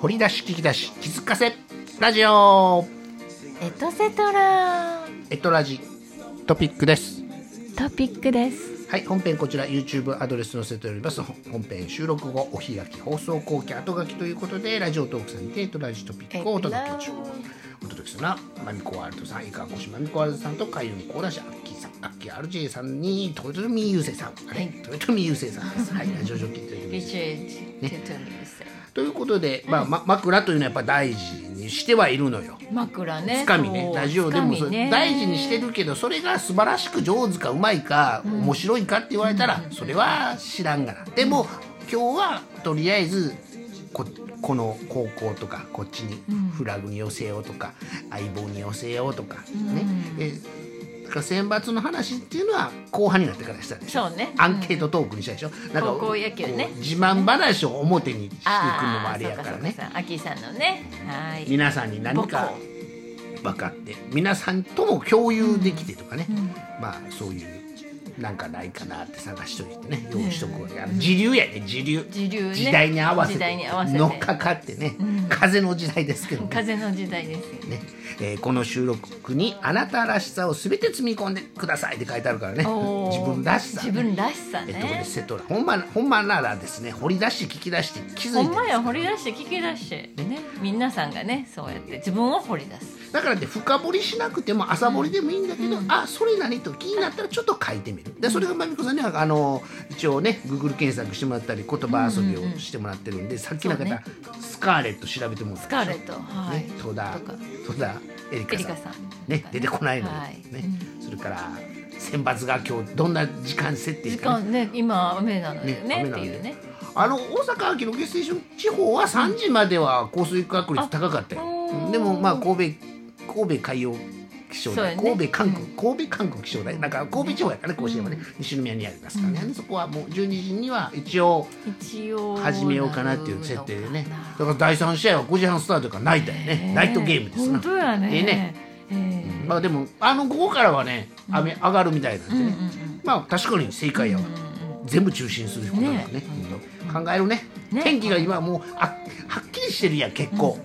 掘り出し聞き出し気づかせラジオエトセトラエトラジトピックですトピックですはい本編こちら YouTube アドレス載せております本編収録後お開き放送後期後書きということでラジオトークさんにてエトラジトピックをお届け中お届けするのはマミコワールドさん、イカコシマミコワールドさんと海運コーダシアッキーさん、アッキー RJ さんにトヨトミユーセさん、あれトヨトミユーセさんです。はい、ラジオジョッキーということでビジュエルトゥトゥミルセということで、まあ、ま、枕というのはやっぱ大事にしてはいるのよ。枕ねつかみねそうラジオでもつかそみれね大事にしてるけどそれが素晴らしく上手かうまいか面白いかって言われたらそれは知らんがなでも今日はとりあえずここの高校とかこっちにフラグに寄せようとか相棒に寄せようとかねえだから選抜の話っていうのは後半になってからしたでしょそうねアンケートトークにしたでしょなんか高校野球ねこう自慢話を表にしていくのもああれーやからねそうかそうかアッキーさんのねはい皆さんに何か分かって皆さんとも共有できてとかね、まあそういうなんかないかなって探しといてね用意しとくわけ、あの時流やね時流時流ね時代に合わせ時代てに合わせて乗っかかってね、風の時代ですけどね風の時代ですよねえーこの収録に「あなたらしさを全て積み込んでください」って書いてあるからねおー自分らしさね、自分らしさねえっとこれセトラほん,、ま、ほんまならですね掘り出し聞き出して気づいてるほんですかまらや掘り出して聞き出してね皆さんがねそうやって自分を掘り出すだからって深掘りしなくても朝掘りでもいいんだけど、あそれ何と気になったらちょっと書いてみるでそれがまみこさんにはあの一応ね Google 検索してもらったり言葉遊びをしてもらってるんで、さっきの方、そうねスカーレット調べてもらっスカたでーレしょットはいね、戸田とか戸田エリカさエリんカさんね、出てこないのよ、はいねそれから選抜が今日どんな時間設定時かね、間ね今雨なのよね雨っなてんでいうねあの大阪秋の下水処地方は3時までは降水確率高かったよあうんでもまあ神戸神戸海洋気象そうや台、神ね戸韓国、神戸韓国気象台なんか神戸地方やからね甲子園はね、西宮にありますからね、そこはもう12時には一応一応始めようかなっていう設定でねなるのかなだから第3試合は5時半スタートからナイトやね、ナイトゲームですな本当やねええねええまあでもあの午後からはね雨上がるみたいなんでね、まあ確かに正解やわ、全部中心することなんかねねほんと考えるねね天気が今もうあはっきりしてるやん結構、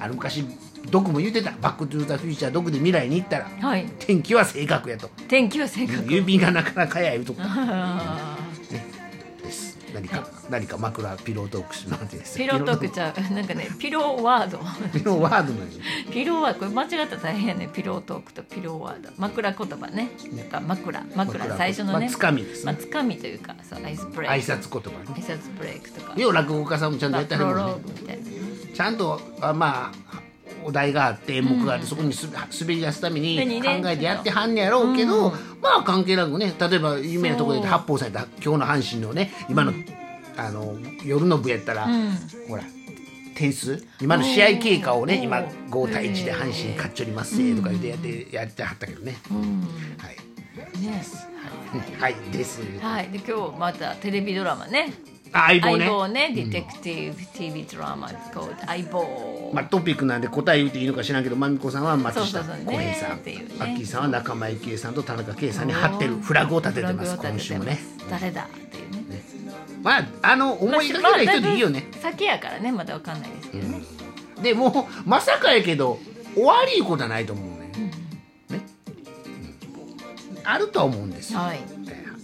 あの昔ドクも言ってた「バック・トゥ・ザ・フューチャー」ドクで未来に行ったらはい天気は正確やと天気は正確郵便がなかなかやいうとこあーです何か、何か枕ピロートークしなんてですピロートークピちゃうなんかねピローワード ローピローワードなんですよピローワードこれ間違ったら大変やねピロートークとピローワード枕言葉ねなんか枕枕枕最初のまねあつかみですねまあつかみというかそうアイスブレ挨イク拶言葉挨ね拶ブレイクとかよう落語家さんもちゃんとまやあっプたりロもロんねーグみたいなちゃんとあまあお題があって演目があって、そこにす滑り出すために何ね考えてやってはんねやろうけど、まあ関係なくね例えば有名なところでそう八方された今日の阪神のね今の,、あの夜の部やったら、ほら点数今の試合経過をねおー今5対1で阪神勝っちょりますねとか言ってやってやってはったけどね、はい、ねはい、です、はいで今日またテレビドラマね相棒相ね棒ねディテクティブ TV ドラマ called 相棒まあ、トピックなんで答え言っていいのか知らんけどまみこさんは松下そうそうそうね洸平さんっていうねアッキーさんは仲間由紀恵さんと田中圭さんに張ってるフラグを立ててますフラグ今を立週ててもまねす誰だっていうねまああの思いがけない人でいいよね、まあだぶ先やからねまだわかんないですけどね、でもうまさかやけど終わりいうことはないと思うね,、ねうんあるとは思うんですよ、はい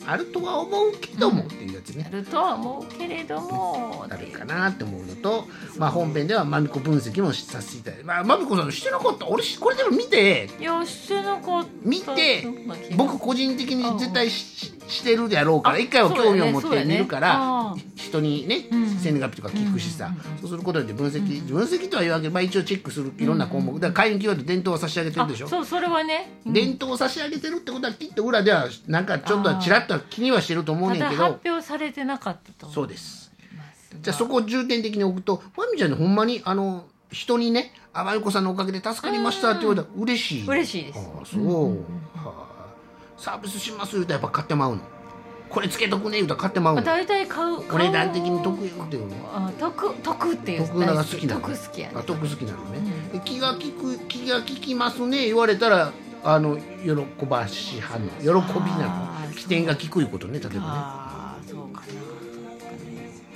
あるとは思うけどもっていうやつねや、るとは思うけれどもあるかなって思うのと、まあ、本編ではまみこ分析もさせていただいて、まあ、まみこさんしてなかった俺しこれでも見てよしてなかった見てまあ気が僕個人的に絶対しししてるであろうから一回は興味を持っそうてやね見るからそうやね人にね生年月日とか聞くしさそうすることで分析分析とは言わんけどまあ一応チェックするいろんな項目だから会員キーワード伝統は差し上げてるでしょあそうそれはね伝統を差し上げてるってことはきっと裏ではなんかちょっとはちらっとは気にはしてると思うまねんだけ発ど表されてなかったと思そいうですますじゃあそこを重点的に置くとまみちゃんにほんまにあの人にね「あまゆこさんのおかげで助かりました」って言われたら嬉しい嬉しいですああそう、はあ、サービスします言うたらやっぱ買ってまうのこれつけとくね言うたら買ってまうまあの大体買うお買う値段的に得意っていうのあ得得っていう得なが好きなの大得好きやねあ得好きなのね、で気が利く気が利きますね言われたらあの喜ばしはんの喜びなあのー起点が利くいうことね例えばねああそうか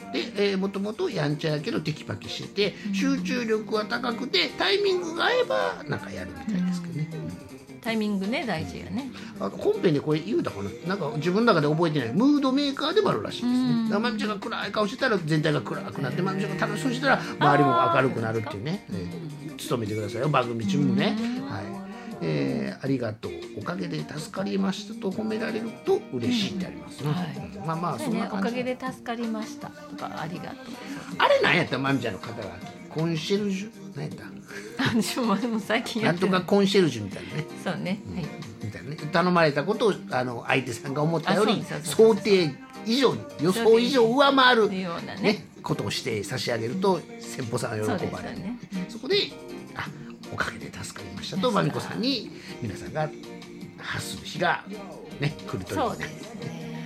なでで、えー、もともとやんちゃやけどテキパキしてて集中力は高くてタイミングが合えばなんかやるみたいですけどね、タイミングね大事やねあと本編でこれ言うたかななんか自分の中で覚えてないムードメーカーでもあるらしいですうねんだからまみちゃんが暗い顔してたら全体が暗くなってまみちゃんが楽しそうにしたら周りも明るくなるっていうね、えー努めてくださいよ番組中もねはいえーありがとうおかげで助かりましたと褒められると嬉しいってありますね、はいまあまあそんねなお感じかげで助かりましたとかありがとうあれなんやったまみちゃんの肩書きコンシェルジュなんやった私もでも最近やなっんとてるかコンシェルジュみたいなねそうね、はいみたいなね頼まれたことをあの相手さんが思ったよりあそうですそう想定以上に予想以上上回る、いうようなねね、ことをして差し上げると先方さんそがう喜ですよばれるそ,、ねこで「あおかげで助かりました」と助かまるみこさんに皆さんが発する日が、ね、来るといそううでね。すね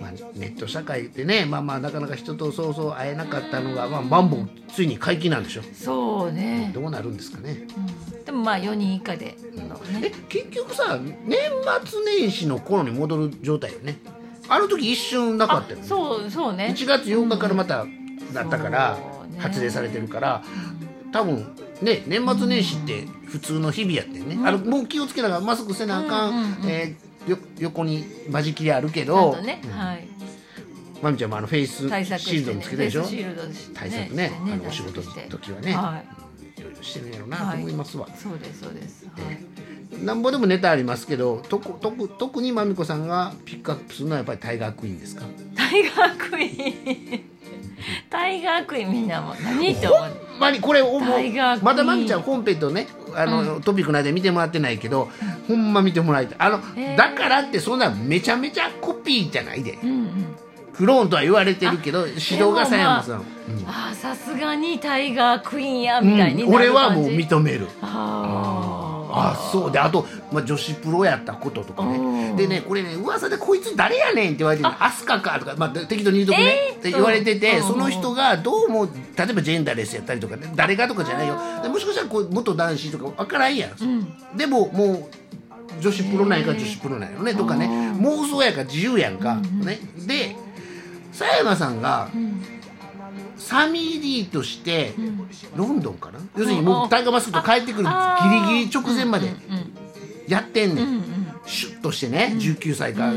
まあ、ネット社会ってね、まあまあ、なかなか人とそうそう会えなかったのが、まあ、マンボウついに解禁なんでしょそうね、どうなるんですかね。うん、でもまあ4人以下でのえね結局さ年末年始の頃に戻る状態よねあの時一瞬なかったよねそうそうね1月8日からまただったから、そうね発令されてるから多分ね年末年始って普通の日々やってんね、あのもう気をつけながらマスクせなあかん、うんうんうんえーよ横に間仕切りあるけちゃんどとね、はいまみちゃんもあのフェイスシ対策して、ね、ールドにつけてるでしょフェイスシールドにして対策ねあのお仕事の対策して時はねはいろいろしてるんやろうなと思いますわ、い、そうですそうです、はい、なんぼでもネタありますけどとこ特特にまみこさんがピックアップするのはやっぱりタイガークイーンですかタイガークイーンタイガークイーンみんなもう何と思うほんまにこれをもタイガうークイーンまだまみちゃん本編とねあの、トピックの間で見てもらってないけどほんま見てもらいたいあの、へーだからってそんなめちゃめちゃコピーじゃないでうんうんクローンとは言われてるけど指導がさやまさん、ああさすがにタイガークイーンやうんみたいになる感じ、うん俺はもう認めるあああそうであと、まあ、女子プロやったこととかうねんでねこれね噂で「こいつ誰やねん」って言われてるの「アスカか」とか、まあ、適当に言うとくね、えっーて言われてて、うんその人がどうも例えばジェンダーレスやったりとかね誰がとかじゃないよでもしかしたらこう元男子とか分からんやん、でももう女子プロなんやから女子プロなんやろねとかね妄想やから自由やんか、ねで佐山さんが、サミー・リーとして、ロンドンかな要するにもうタイガーマスクと帰ってくるギリギリ直前までやってんねん、シュッとしてね19歳か、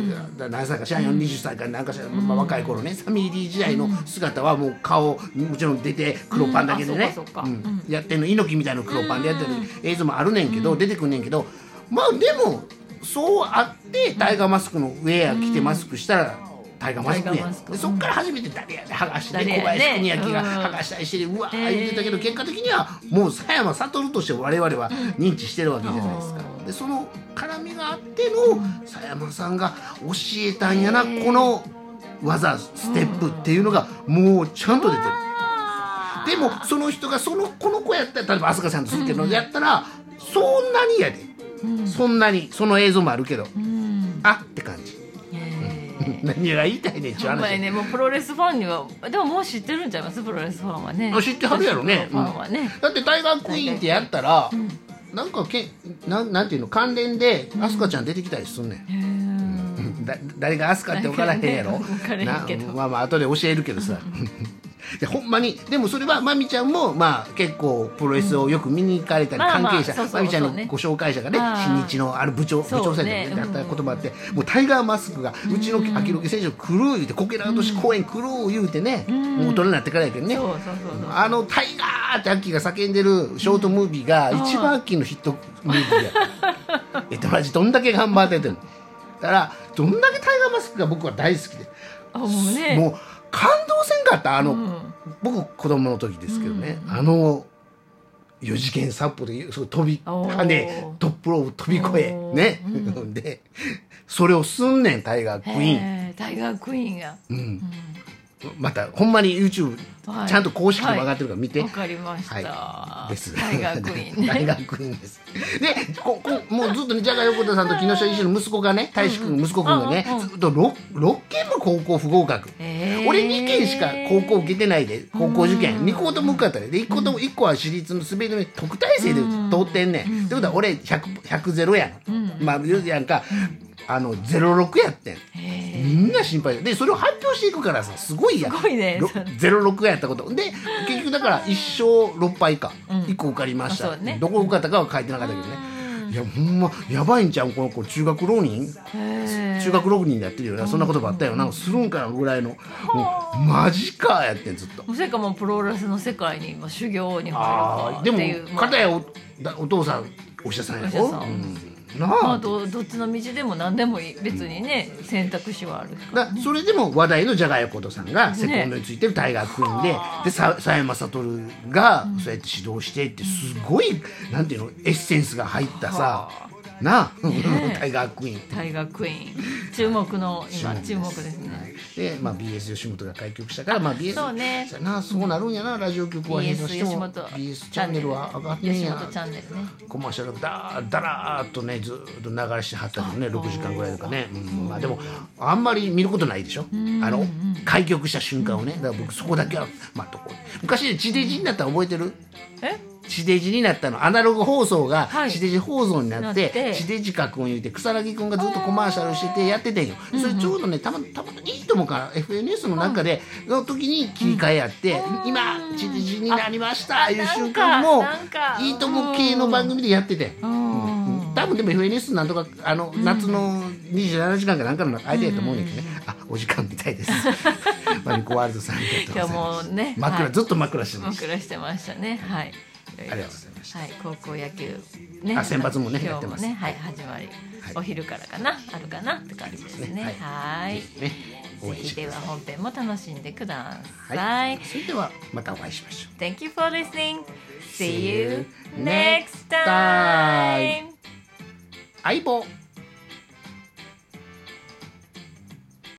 何歳か知らんよ20歳か何か知らん、まあ、若い頃ねサミー・リー時代の姿はもう顔もちろん出て黒パンだけでうんあね、そうかそうかうんやってんの猪木みたいな黒パンでやってる映像もあるねんけど、出てくんねんけどまあでもそうあってタイガーマスクのウェア着てマスクしたら。タイガーマスクタイガやーマんスクでそっから初めて誰やで剥がして誰やね小林邦明がうん剥がしたりしてうわえーー言ってたけど結果的にはもう佐山悟として我々は認知してるわけじゃないですかでその絡みがあっての佐山さんが教えたんやなえーこの技ステップっていうのがもうちゃんと出てる。あでもその人がそのこの子やったら例えば飛鳥さんとするけどやったらそんなにやで、そんなにその映像もあるけど、うんあって感じえ何が言いたいねんっえちゅうお前話、ねもうプロレスファンにはでももう知ってるんちゃいますプロレスファンはねあ知ってはるやろねプロレスファンはね、だってタイガークイーンってやったら、なんかけなんなんていうの関連で飛鳥ちゃん出てきたりすんねん、だ誰が飛鳥って分からへんやろわからへんけどなまあまあ後で教えるけど さでほんまにでもそれはまみちゃんも、まあ、結構プロレスをよく見に行かれたり、うんまあ関まあ係者、そうそうそうまみちゃんのそうねご紹介者がねあー新日のある部長、そう部ね長さんやったうんこともあって、もうタイガーマスクがうちの秋広選手来る言うてこけら落とし公演来る言うてね、もう大人になってからやけどねそうそうそうそうあのタイガーってアッキーが叫んでるショートムービーが一番アッキーのヒットムービーやった。え、友達どんだけ頑張っててんの。だから、どんだけタイガーマスクが僕は大好きで。あもうねもう感動せんかった、あの、ん僕子供の時ですけどね、あの、四次元散歩でそう飛びおー跳ねトップローブ飛び越えおーね、 でそれをすんねんタイガークイーンへえタイガークイーンが、またほんまに YouTube はいちゃんと公式でも上がってるから見て、わかりました、はい、です。タイガークイーン 大ね学院です。で、こ、こ、もうずっとね、じゃが横田さんと木下医師の息子がね、大志くん、息子くんがねうんうん、ずっと六、六件も高校不合格。へー俺二件しか高校受けてないで、高校受験、二校とも受かったで、で、一校とも、一個は私立のすべての特待生で通ってんねん。ってことは、俺百、百ゼロやん。まあ、言うやんか、あの、ゼロ六やってん。みんな心配でそれを発表していくからさすごいやんすごいねろ06やったことで結局だから1勝6敗か、うん1個受かりました、あそうねどこ受かったかは書いてなかったけどねいやほんまやばいんちゃうこの子中学浪人中中学浪人でやってるよなそんなことばあったよなんかするんかなぐらいのもうマジかやってんずっともうそれかもうプロレスの世界に今修行に入るあかあっでてもいうまあ片やおだお父さんお医者さんやろお医者さんうんなまああどどっちの道でも何でもいい別にね選択肢はあるだそれでも話題のじゃがやことさんがセコンドについてる大学組んで,、でさ佐山悟がそうやって指導してってすごい、なんていうのエッセンスが入ったさ、なあ、 大学院大学院注目の今注目ですねで、まあ、BS 吉本が開局したから、まあ、BS そうねやなそうなるんやなラジオ局は閉鎖 BS して吉も本 BS チャンネルは上がってん吉や本チャンネルねコマーシャルがだーだらーっとねずーっと流してはったのね6時間ぐらいとかね、うんまあ、でもあんまり見ることないでしょあの開局した瞬間をねだから僕そこだけはまあどこ昔地デジになったの覚えてるえ地デジになったのアナログ放送がはい地デジ放送になって,、なって地デジ角を言うて草薙君がずっとコマーシャルしててやっててんよそれちょうどねたまたま「いいとも」から FNS の中での時に切り替えやって「今地デジになりました」いう瞬間もなんかな「んかいいとも」系の番組でやっててん。うん多分でも FNS なんとかあの夏の27時間かなんかの相手やと思うんだけどね、あお時間みたいです マミコワールドさんありがとうございます今日もね枕、はいずっと枕してました暮らしてましたねはいありがとうございましたはい高校野球ねあ選抜もねや今っ日てもますねはい始まはりいお昼からかなあるかなって感じですねねはねい応ぜ援しひてでくはださ本編も楽しんでくだい、さいそれではまたお会いしましょう Thank you for listening See you See you next next time. time 相棒